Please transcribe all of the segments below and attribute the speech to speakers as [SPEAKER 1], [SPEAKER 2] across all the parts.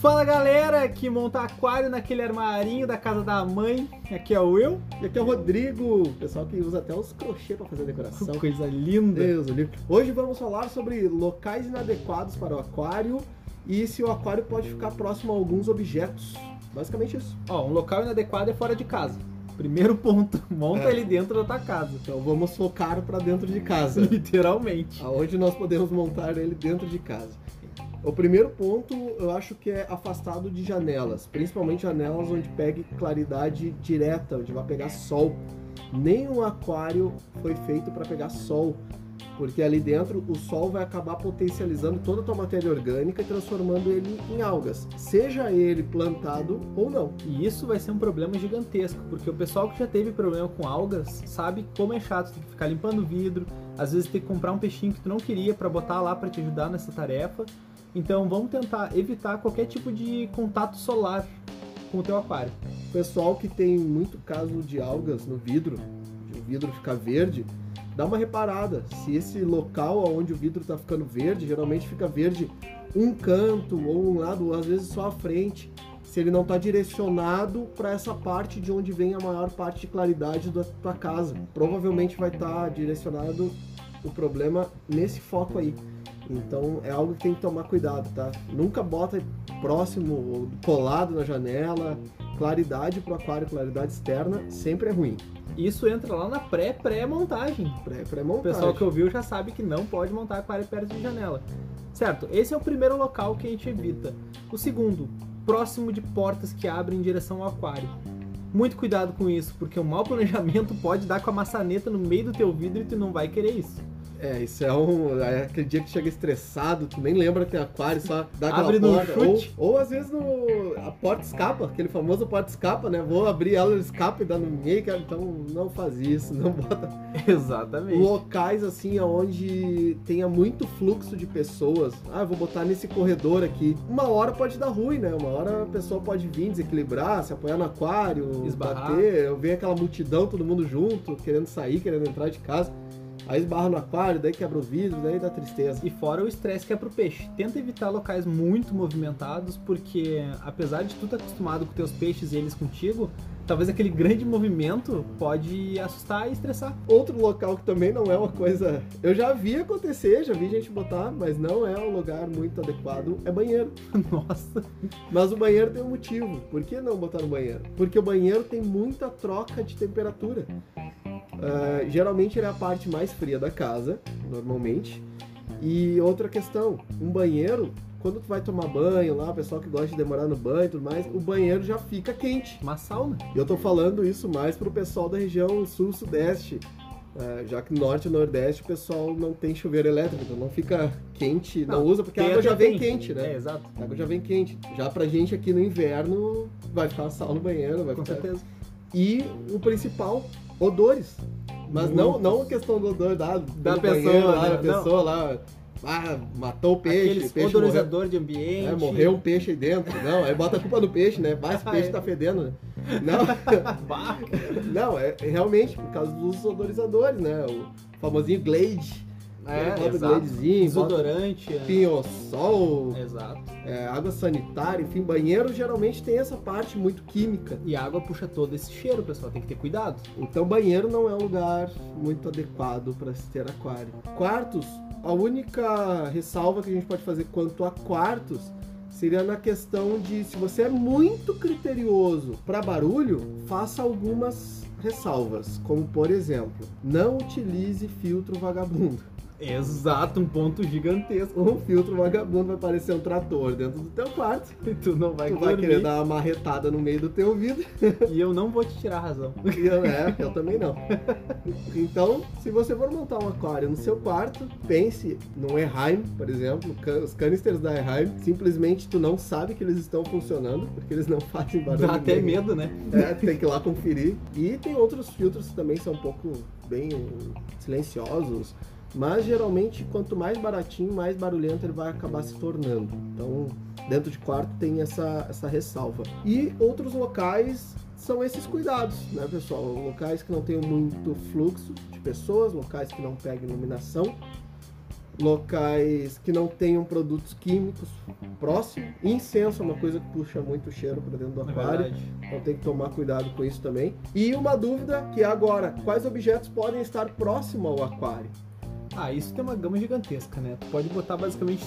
[SPEAKER 1] Fala galera que monta aquário naquele armarinho da casa da mãe. Aqui é o eu.
[SPEAKER 2] E aqui é o Rodrigo, pessoal que usa até os crochê pra fazer decoração.
[SPEAKER 1] Coisa linda.
[SPEAKER 2] Deus, o livro. Hoje vamos falar sobre locais inadequados para o aquário e se o aquário pode ficar próximo a alguns objetos. Basicamente isso.
[SPEAKER 1] Ó, um local inadequado é fora de casa. Primeiro ponto, monta
[SPEAKER 2] É.
[SPEAKER 1] ele dentro da tua casa.
[SPEAKER 2] Então vamos focar para dentro de casa.
[SPEAKER 1] Literalmente.
[SPEAKER 2] Aonde nós podemos montar ele dentro de casa. O primeiro ponto eu acho que é afastado de janelas, principalmente janelas onde pegue claridade direta, onde vai pegar sol. Nenhum aquário foi feito para pegar sol, porque ali dentro o sol vai acabar potencializando toda a tua matéria orgânica e transformando ele em algas, seja ele plantado ou não.
[SPEAKER 1] E isso vai ser um problema gigantesco, porque o pessoal que já teve problema com algas sabe como é chato ter que ficar limpando vidro, às vezes ter que comprar um peixinho que tu não queria pra botar lá pra te ajudar nessa tarefa. Então vamos tentar evitar qualquer tipo de contato solar com o teu aquário.
[SPEAKER 2] O pessoal que tem muito caso de algas no vidro, de o vidro ficar verde, dá uma reparada. Se esse local onde o vidro está ficando verde, geralmente fica verde um canto ou um lado, ou às vezes só a frente. Se ele não está direcionado para essa parte de onde vem a maior parte de claridade da tua casa, provavelmente vai estar direcionado o problema nesse foco aí. Então é algo que tem que tomar cuidado, tá? Nunca bota próximo ou colado na janela, claridade pro aquário, claridade externa, sempre é ruim.
[SPEAKER 1] Isso entra lá na pré-pré-montagem.
[SPEAKER 2] Pré,
[SPEAKER 1] O
[SPEAKER 2] pré-montagem.
[SPEAKER 1] pessoal que ouviu já sabe que não pode montar aquário perto de janela. Certo, esse é o primeiro local que a gente evita. O segundo, próximo de portas que abrem em direção ao aquário. Muito cuidado com isso, porque um mau planejamento pode dar com a maçaneta no meio do teu vidro e tu não vai querer isso.
[SPEAKER 2] É, isso é um. É aquele dia que chega estressado, tu nem lembra que tem aquário, só dá aquela
[SPEAKER 1] Abre no
[SPEAKER 2] porta.
[SPEAKER 1] chute.
[SPEAKER 2] Ou, ou às vezes no, a porta escapa, aquele famoso porta escapa, né? Vou abrir ela, ela escapa e dá no meio, cara. Então não faz isso, não bota.
[SPEAKER 1] Exatamente.
[SPEAKER 2] Locais assim onde tenha muito fluxo de pessoas. Ah, eu vou botar nesse corredor aqui. Uma hora pode dar ruim, né? Uma hora a pessoa pode vir desequilibrar, se apoiar no aquário,
[SPEAKER 1] Esbarrar.
[SPEAKER 2] bater. Eu vejo aquela multidão, todo mundo junto, querendo sair, querendo entrar de casa. Aí esbarra no aquário, daí quebra o vidro, daí dá tristeza.
[SPEAKER 1] E fora o estresse que é pro peixe. Tenta evitar locais muito movimentados, porque apesar de tu estar acostumado com teus peixes e eles contigo, talvez aquele grande movimento pode assustar e estressar.
[SPEAKER 2] Outro local que também não é uma coisa. Eu já vi acontecer, já vi gente botar, mas não é um lugar muito adequado, é banheiro.
[SPEAKER 1] Nossa.
[SPEAKER 2] Mas o banheiro tem um motivo. Por que não botar no banheiro? Porque o banheiro tem muita troca de temperatura. Ah, geralmente ele é a parte mais fria da casa, normalmente. E outra questão, um banheiro, quando tu vai tomar banho lá, o pessoal que gosta de demorar no banho e tudo mais, o banheiro já fica quente.
[SPEAKER 1] Uma sauna.
[SPEAKER 2] E eu tô falando isso mais pro pessoal da região sul-sudeste. ah, já que norte e nordeste o pessoal não tem chuveiro elétrico, então não fica quente, não,
[SPEAKER 1] Não,
[SPEAKER 2] usa, porque a
[SPEAKER 1] Tem
[SPEAKER 2] água já
[SPEAKER 1] até
[SPEAKER 2] vem
[SPEAKER 1] tem.
[SPEAKER 2] quente, né?
[SPEAKER 1] É, exato.
[SPEAKER 2] A água já vem quente. Já pra gente aqui no inverno, vai ficar sal no banheiro, vai
[SPEAKER 1] Com
[SPEAKER 2] ficar...
[SPEAKER 1] certeza.
[SPEAKER 2] E o principal, odores. Mas não,
[SPEAKER 1] Muitos.
[SPEAKER 2] não a questão do odor da, do
[SPEAKER 1] pessoa,
[SPEAKER 2] banheiro lá,
[SPEAKER 1] né?
[SPEAKER 2] da pessoa lá. Ah, matou o peixe,
[SPEAKER 1] Aqueles
[SPEAKER 2] o peixe morreu.
[SPEAKER 1] odorizador de ambiente.
[SPEAKER 2] É, morreu um peixe aí dentro. Não, aí bota a culpa no peixe, né? Vai, esse
[SPEAKER 1] Ah,
[SPEAKER 2] peixe
[SPEAKER 1] é.
[SPEAKER 2] tá fedendo, né? Não,
[SPEAKER 1] Bah,
[SPEAKER 2] não, é é realmente por causa dos odorizadores, né? O famosinho Glade.
[SPEAKER 1] É,
[SPEAKER 2] Ele bota o
[SPEAKER 1] exato.
[SPEAKER 2] Gladezinho, bota um
[SPEAKER 1] Desodorante. é.
[SPEAKER 2] pinho-sol,
[SPEAKER 1] Exato.
[SPEAKER 2] é, água sanitária, enfim, banheiro geralmente tem essa parte muito química.
[SPEAKER 1] E a água puxa todo esse cheiro, pessoal. Tem que ter cuidado.
[SPEAKER 2] Então, banheiro não é um lugar muito adequado para se ter aquário. Quartos, a única ressalva que a gente pode fazer quanto a quartos seria na questão de se você é muito criterioso para barulho, faça algumas ressalvas, como por exemplo, não utilize filtro vagabundo.
[SPEAKER 1] Exato, um ponto gigantesco.
[SPEAKER 2] Um filtro vagabundo vai parecer um trator dentro do teu quarto,
[SPEAKER 1] E tu não vai,
[SPEAKER 2] tu vai
[SPEAKER 1] dormir.
[SPEAKER 2] querer dar uma marretada no meio do teu ouvido.
[SPEAKER 1] E eu não vou te tirar a razão.
[SPEAKER 2] E Eu, é, eu também não. Então, se você for montar um aquário no seu quarto, pense no Eheim, por exemplo, can- os canisters da Eheim, simplesmente tu não sabe que eles estão funcionando, porque eles não fazem barulho.
[SPEAKER 1] Dá até
[SPEAKER 2] nenhum.
[SPEAKER 1] medo, né?
[SPEAKER 2] É, tem que ir lá conferir. E tem outros filtros que também são um pouco bem um, silenciosos, mas geralmente quanto mais baratinho, mais barulhento ele vai acabar se tornando. Então, dentro de quarto tem essa, essa ressalva. E outros locais são esses cuidados, né, pessoal? Locais que não tenham muito fluxo de pessoas, locais que não peguem iluminação. locais que não tenham produtos químicos próximos. Incenso é uma coisa que puxa muito cheiro para dentro do
[SPEAKER 1] na
[SPEAKER 2] aquário,
[SPEAKER 1] verdade.
[SPEAKER 2] então tem que tomar cuidado com isso também. E uma dúvida que é agora, quais objetos podem estar próximo ao aquário?
[SPEAKER 1] Ah, isso tem uma gama gigantesca, né? Tu pode botar basicamente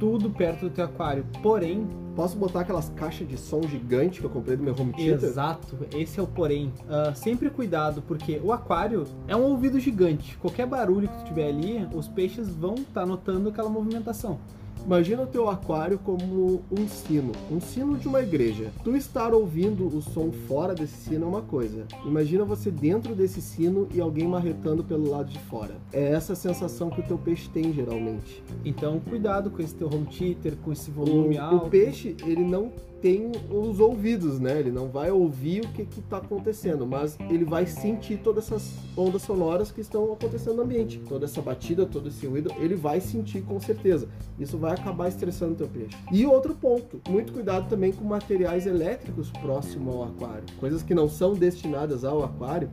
[SPEAKER 1] tudo perto do teu aquário. Porém,
[SPEAKER 2] Posso botar aquelas caixas de som gigante que eu comprei do meu home theater?
[SPEAKER 1] Exato, esse é o porém. Ah, sempre cuidado, porque o aquário é um ouvido gigante. Qualquer barulho que tu tiver ali, os peixes vão estar notando aquela movimentação.
[SPEAKER 2] Imagina o teu aquário como um sino, um sino de uma igreja. Tu estar ouvindo o som fora desse sino é uma coisa. Imagina você dentro desse sino e alguém marretando pelo lado de fora. É essa a sensação que o teu peixe tem geralmente.
[SPEAKER 1] Então, cuidado com esse teu home theater, com esse volume
[SPEAKER 2] O,
[SPEAKER 1] alto.
[SPEAKER 2] o peixe, ele não tem os ouvidos, né? Ele não vai ouvir o que que tá acontecendo, mas ele vai sentir todas essas ondas sonoras que estão acontecendo no ambiente. Toda essa batida, todo esse ruído, ele vai sentir com certeza. Isso vai acabar estressando o teu peixe. E outro ponto, muito cuidado também com materiais elétricos próximo ao aquário. Coisas que não são destinadas ao aquário,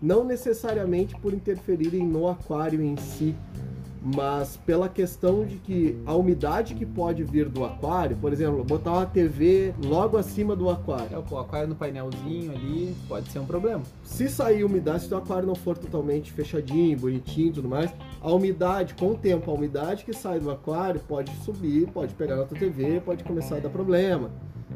[SPEAKER 2] não necessariamente por interferirem no aquário em si, mas pela questão de que a umidade que pode vir do aquário, por exemplo, botar uma TV logo acima do aquário.
[SPEAKER 1] É o aquário no painelzinho ali, pode ser um problema.
[SPEAKER 2] Se sair umidade, se o aquário não for totalmente fechadinho, bonitinho e tudo mais, a umidade, com o tempo, a umidade que sai do aquário pode subir, pode pegar na tua TV, pode começar a dar problema.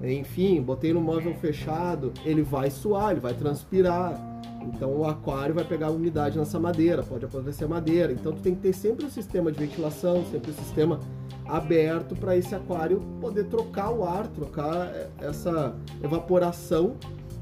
[SPEAKER 2] Enfim, botei no móvel fechado, ele vai suar, ele vai transpirar. Então o aquário vai pegar umidade nessa madeira, pode apodrecer a madeira. Então tu tem que ter sempre um sistema de ventilação, sempre um sistema aberto para esse aquário poder trocar o ar, trocar eh, essa evaporação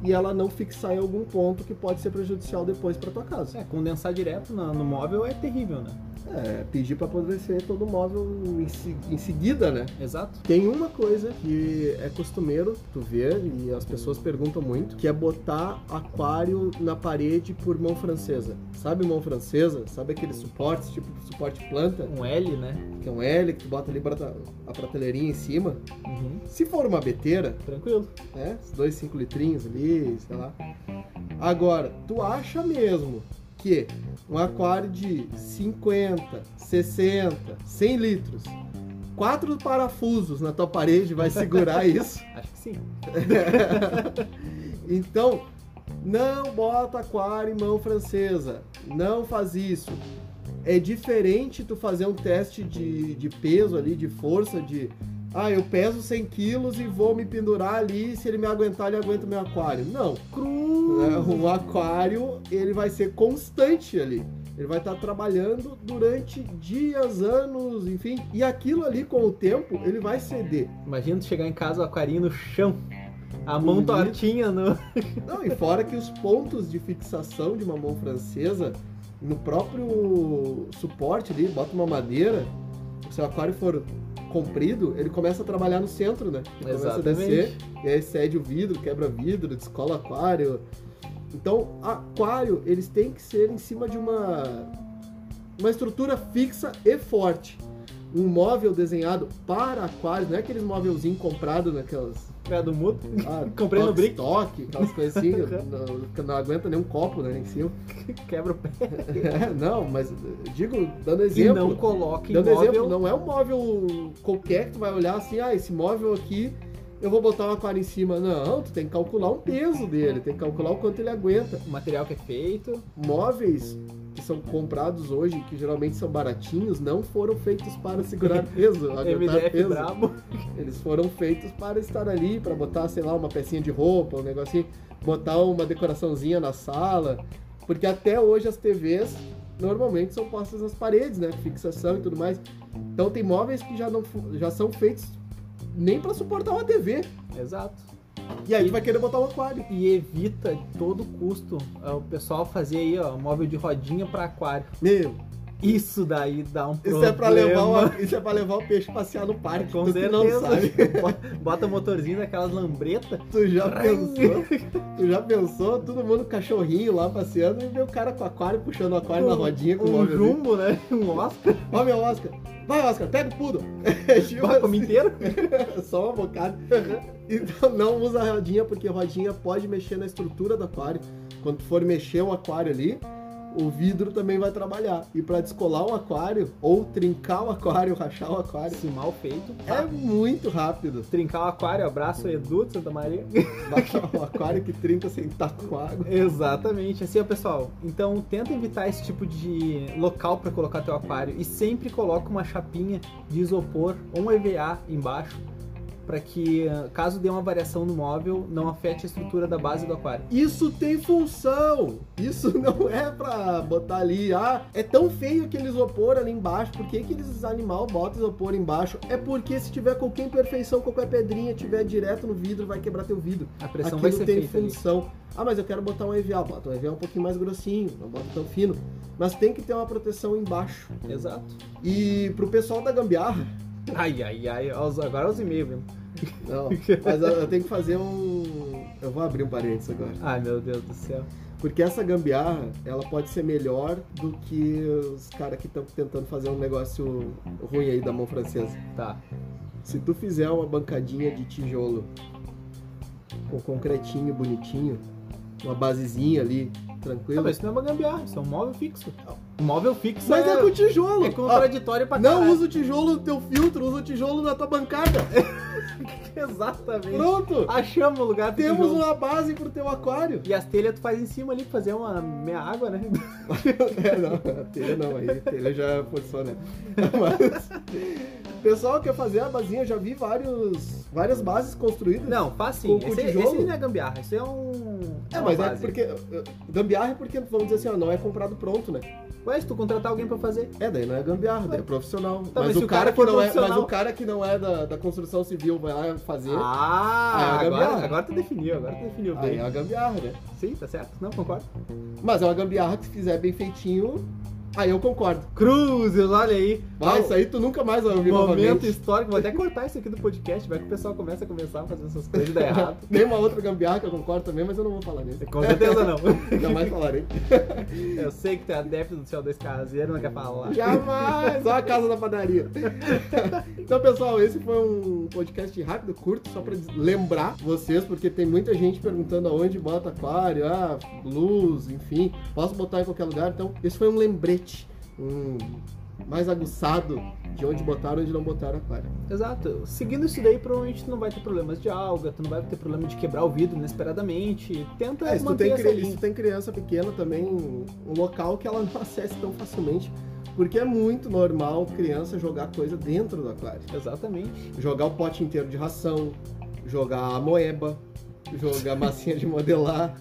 [SPEAKER 2] e ela não fixar em algum ponto que pode ser prejudicial depois para tua casa.
[SPEAKER 1] É, condensar direto na- no móvel é terrível, né?
[SPEAKER 2] É, pedir para apodrecer todo o móvel em, se- em seguida, né?
[SPEAKER 1] Exato.
[SPEAKER 2] Tem uma coisa que é costumeiro tu ver e as pessoas perguntam muito, que é botar aquário na parede por mão francesa. Sabe mão francesa? Sabe aqueles suportes, tipo suporte planta,
[SPEAKER 1] Um L, né?
[SPEAKER 2] que é um L que tu bota ali brata- a prateleirinha em cima?
[SPEAKER 1] Uhum.
[SPEAKER 2] Se for uma beteira,
[SPEAKER 1] Tranquilo.
[SPEAKER 2] né? Os dois cinco litrinhos ali, sei lá. Agora, tu acha mesmo que um aquário de 50, 60, 100 litros, quatro parafusos na tua parede vai segurar isso?
[SPEAKER 1] Acho que sim.
[SPEAKER 2] Então, não bota aquário em mão francesa. Não faz isso. É diferente tu fazer um teste de, de peso ali, de força, de... Ah, eu peso 100 quilos e vou me pendurar ali, se ele me aguentar, ele aguenta o meu aquário. Não. É,
[SPEAKER 1] Cruz!
[SPEAKER 2] Um aquário, ele vai ser constante ali. Ele vai estar trabalhando durante dias, anos, enfim. E aquilo ali, com o tempo, ele vai ceder.
[SPEAKER 1] Imagina tu chegar em casa, o aquarinho no chão. A mão
[SPEAKER 2] Uhum.
[SPEAKER 1] tortinha no.
[SPEAKER 2] Não, e fora que os pontos de fixação de uma mão francesa, no próprio suporte ali, bota uma madeira, se o aquário for comprido, ele começa a trabalhar no centro, né? Ele começa a descer, e aí cede o vidro, quebra vidro, descola o aquário. Então, aquário, eles têm que ser em cima de uma, uma estrutura fixa e forte. Um móvel desenhado para aquário, não é aqueles móvelzinhos comprados naquelas
[SPEAKER 1] Pé do mudo.
[SPEAKER 2] ah,
[SPEAKER 1] Comprei no
[SPEAKER 2] toque,
[SPEAKER 1] Brick.
[SPEAKER 2] toque, aquelas coisas assim, não, que não aguenta nem um copo né, em cima.
[SPEAKER 1] Quebra o pé.
[SPEAKER 2] É, não, mas digo, dando
[SPEAKER 1] E não
[SPEAKER 2] exemplo.
[SPEAKER 1] coloque
[SPEAKER 2] dando
[SPEAKER 1] imóvel.
[SPEAKER 2] exemplo, não é um móvel qualquer que tu vai olhar assim, ah, esse móvel aqui eu vou botar um aquário em cima. Não, tu tem que calcular um peso dele, tem que calcular o quanto ele aguenta.
[SPEAKER 1] O material que é feito.
[SPEAKER 2] Móveis que são comprados hoje, que geralmente são baratinhos, não foram feitos para segurar peso, aguentar
[SPEAKER 1] MDF
[SPEAKER 2] peso.
[SPEAKER 1] brabo.
[SPEAKER 2] Eles foram feitos para estar ali, para botar, sei lá, uma pecinha de roupa, um negocinho, botar uma decoraçãozinha na sala. Porque até hoje as TVs normalmente são postas nas paredes, né? Fixação e tudo mais. Então tem móveis que já, não, fu- já são feitos nem para suportar uma TV.
[SPEAKER 1] Exato.
[SPEAKER 2] E aí tu vai querer botar um aquário.
[SPEAKER 1] E evita de todo custo ah, o pessoal fazer aí, ó, móvel de rodinha pra aquário.
[SPEAKER 2] Meu,
[SPEAKER 1] Isso daí dá um
[SPEAKER 2] isso
[SPEAKER 1] problema.
[SPEAKER 2] é para levar, uma, isso é pra levar o peixe passear no parque.
[SPEAKER 1] Com
[SPEAKER 2] tu que não
[SPEAKER 1] certeza.
[SPEAKER 2] sabe.
[SPEAKER 1] Bota- Bota o motorzinho daquelas lambretas.
[SPEAKER 2] Tu já pensou? Tu já pensou? Todo mundo cachorrinho lá passeando e vê o cara com o aquário puxando o aquário na rodinha com o
[SPEAKER 1] um
[SPEAKER 2] móvel. dele.
[SPEAKER 1] jumbo, né? Um Oscar.
[SPEAKER 2] Ó meu Oscar. Vai, Oscar, pega o pudo. É tipo
[SPEAKER 1] Bota como
[SPEAKER 2] assim,
[SPEAKER 1] inteiro.
[SPEAKER 2] só uma bocada. Então não usa a rodinha, porque a rodinha pode mexer na estrutura do aquário. Quando tu for mexer o aquário ali, o vidro também vai trabalhar. E para descolar o aquário, ou trincar o aquário, rachar o aquário,
[SPEAKER 1] Se mal feito,
[SPEAKER 2] é muito rápido.
[SPEAKER 1] trincar o aquário, abraço Edu de Santa Maria.
[SPEAKER 2] O aquário que trinca sem estar com água.
[SPEAKER 1] Exatamente. Assim, ó, pessoal. Então, tenta evitar esse tipo de local para colocar teu aquário e sempre coloca uma chapinha de isopor ou um EVA embaixo para que, eh, caso dê uma variação no móvel, não afete a estrutura da base do aquário.
[SPEAKER 2] Isso tem função! Isso não é pra botar ali, ah, é tão feio aquele isopor ali embaixo, por que aqueles animal botam isopor embaixo? É porque se tiver qualquer imperfeição, qualquer pedrinha tiver direto no vidro, vai quebrar teu vidro.
[SPEAKER 1] A pressão
[SPEAKER 2] Aquilo
[SPEAKER 1] vai ser
[SPEAKER 2] tem
[SPEAKER 1] feita. ali.
[SPEAKER 2] função. Ah, mas eu quero botar um EVA. Bota um EVA um pouquinho mais grossinho, não bota tão fino. Mas tem que ter uma proteção embaixo.
[SPEAKER 1] Exato.
[SPEAKER 2] E pro pessoal da gambiarra,
[SPEAKER 1] Ai, ai, ai. ó, os- Agora os e-mails. viu?
[SPEAKER 2] não, mas eu, eu tenho que fazer um. Eu vou abrir um parênteses agora.
[SPEAKER 1] Ai, meu Deus do céu.
[SPEAKER 2] Porque essa gambiarra, ela pode ser melhor do que os caras que estão tentando fazer um negócio ruim aí da mão francesa.
[SPEAKER 1] Tá.
[SPEAKER 2] Se tu fizer uma bancadinha de tijolo com concretinho bonitinho, uma basezinha ali,
[SPEAKER 1] Não,
[SPEAKER 2] tranquilo.
[SPEAKER 1] mas isso não é uma gambiarra, isso é um móvel fixo. Um móvel fixo
[SPEAKER 2] Mas é com tijolo!
[SPEAKER 1] é contraditório pra
[SPEAKER 2] Ó, não
[SPEAKER 1] caralho.
[SPEAKER 2] usa o tijolo no teu filtro, usa o tijolo na tua bancada. É
[SPEAKER 1] Exatamente.
[SPEAKER 2] Pronto!
[SPEAKER 1] Achamos o lugar do
[SPEAKER 2] Temos
[SPEAKER 1] Ah,
[SPEAKER 2] um-
[SPEAKER 1] tijolo.
[SPEAKER 2] uma base pro teu aquário.
[SPEAKER 1] E as telhas tu faz em cima ali pra fazer uma meia água, né?
[SPEAKER 2] É, não, a telha não, aí a telha já posiciona. Mas, o pessoal quer fazer a basinha, eu já vi vários, várias bases construídas.
[SPEAKER 1] Não, faz sim.
[SPEAKER 2] Com- com
[SPEAKER 1] Esse,
[SPEAKER 2] tijolo?
[SPEAKER 1] esse não é gambiarra, isso é um.
[SPEAKER 2] É, mas
[SPEAKER 1] uma
[SPEAKER 2] é
[SPEAKER 1] base.
[SPEAKER 2] porque. eh, Gambiarra é porque, vamos dizer assim, ó, não é comprado pronto, né?
[SPEAKER 1] Ué, se tu contratar alguém pra fazer.
[SPEAKER 2] É, daí não é gambiarra, daí é profissional.
[SPEAKER 1] Tá,
[SPEAKER 2] mas,
[SPEAKER 1] mas se
[SPEAKER 2] o
[SPEAKER 1] o
[SPEAKER 2] cara
[SPEAKER 1] cara
[SPEAKER 2] que
[SPEAKER 1] for
[SPEAKER 2] não é, mas
[SPEAKER 1] profissional-
[SPEAKER 2] o cara que não é da, da construção civil vai lá fazer.
[SPEAKER 1] Ah,
[SPEAKER 2] Ah, é uma gambiarra.
[SPEAKER 1] agora, agora tu definiu, agora tu definiu
[SPEAKER 2] Aí
[SPEAKER 1] bem.
[SPEAKER 2] é a gambiarra, né?
[SPEAKER 1] Sim, tá certo? Não, concordo.
[SPEAKER 2] Mas é uma gambiarra que se fizer bem feitinho, aí eu concordo.
[SPEAKER 1] Cruzes, olha aí.
[SPEAKER 2] Mas
[SPEAKER 1] Ó,
[SPEAKER 2] isso aí tu nunca mais vai ouvir
[SPEAKER 1] Momento
[SPEAKER 2] novamente.
[SPEAKER 1] histórico, vou até cortar isso aqui do podcast, vai que o pessoal começa a começar a fazer essas coisas e dá errado.
[SPEAKER 2] Tem uma outra gambiarra que eu concordo também, mas eu não vou falar nisso.
[SPEAKER 1] Com certeza não.
[SPEAKER 2] Jamais falarei.
[SPEAKER 1] Eu sei que tu é adepto do céu 2 caseiro, não quer falar.
[SPEAKER 2] Jamais! Só a casa da padaria. Então, pessoal, esse foi um podcast rápido, curto, só pra lembrar vocês, porque tem muita gente perguntando aonde bota aquário, ah, luz, enfim. Posso botar em qualquer lugar. Então, esse foi um lembrete, um mais aguçado de onde botaram e onde não botaram aquário.
[SPEAKER 1] Exato. Seguindo isso daí, provavelmente tu não vai ter problemas de alga, tu não vai ter problema de quebrar o vidro inesperadamente. Tenta
[SPEAKER 2] É, se tu,
[SPEAKER 1] manter
[SPEAKER 2] tem,
[SPEAKER 1] essa
[SPEAKER 2] cri- se
[SPEAKER 1] linha.
[SPEAKER 2] tu tem criança pequena também, um local que ela não acesse tão facilmente, porque é muito normal criança jogar coisa dentro do aquário.
[SPEAKER 1] Exatamente.
[SPEAKER 2] jogar o pote inteiro de ração, jogar a moeba, jogar a massinha de modelar.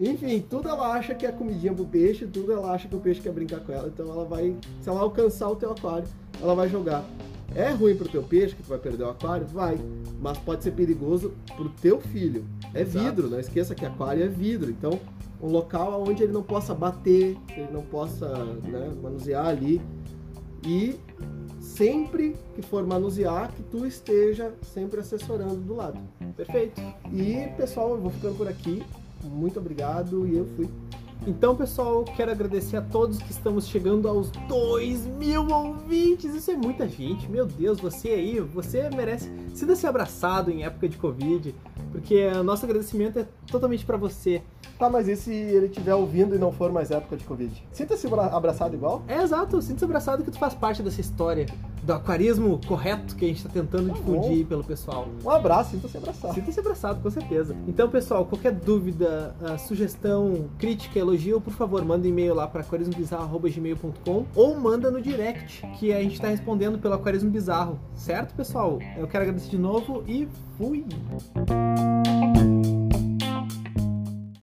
[SPEAKER 2] Enfim, tudo ela acha que é comidinha pro peixe, tudo ela acha que o peixe quer brincar com ela. Então ela vai, se ela alcançar o teu aquário, ela vai jogar. É ruim pro teu peixe que tu vai perder o aquário? Vai. Mas pode ser perigoso pro teu filho. É
[SPEAKER 1] Exato.
[SPEAKER 2] vidro, não esqueça que aquário é vidro. Então, um local onde ele não possa bater, ele não possa né, manusear ali. E sempre que for manusear, que tu esteja sempre assessorando do lado.
[SPEAKER 1] Perfeito.
[SPEAKER 2] E pessoal, eu vou ficando por aqui. Muito obrigado e eu fui.
[SPEAKER 1] Então, pessoal, quero agradecer a todos que estamos chegando aos 2 mil ouvintes. Isso é muita gente. Meu Deus, você aí, você merece. Sinta-se abraçado em época de Covid, porque eh, nosso agradecimento é totalmente pra você.
[SPEAKER 2] Tá, mas e se ele estiver ouvindo e não for mais época de Covid? Sinta-se abra- abraçado igual?
[SPEAKER 1] É exato, sinta-se abraçado que tu faz parte dessa história do aquarismo correto que a gente tá tentando
[SPEAKER 2] Tá
[SPEAKER 1] difundir pelo pessoal.
[SPEAKER 2] Um abraço, sinta-se abraçado.
[SPEAKER 1] Sinta-se abraçado, com certeza. Então, pessoal, qualquer dúvida, ah, sugestão, crítica, elogio, por favor, manda um e-mail lá para aquarismobizarro.gmail.com ou manda no direct, que a gente está respondendo pelo Aquarismo Bizarro. Certo, pessoal? Eu quero agradecer de novo e fui!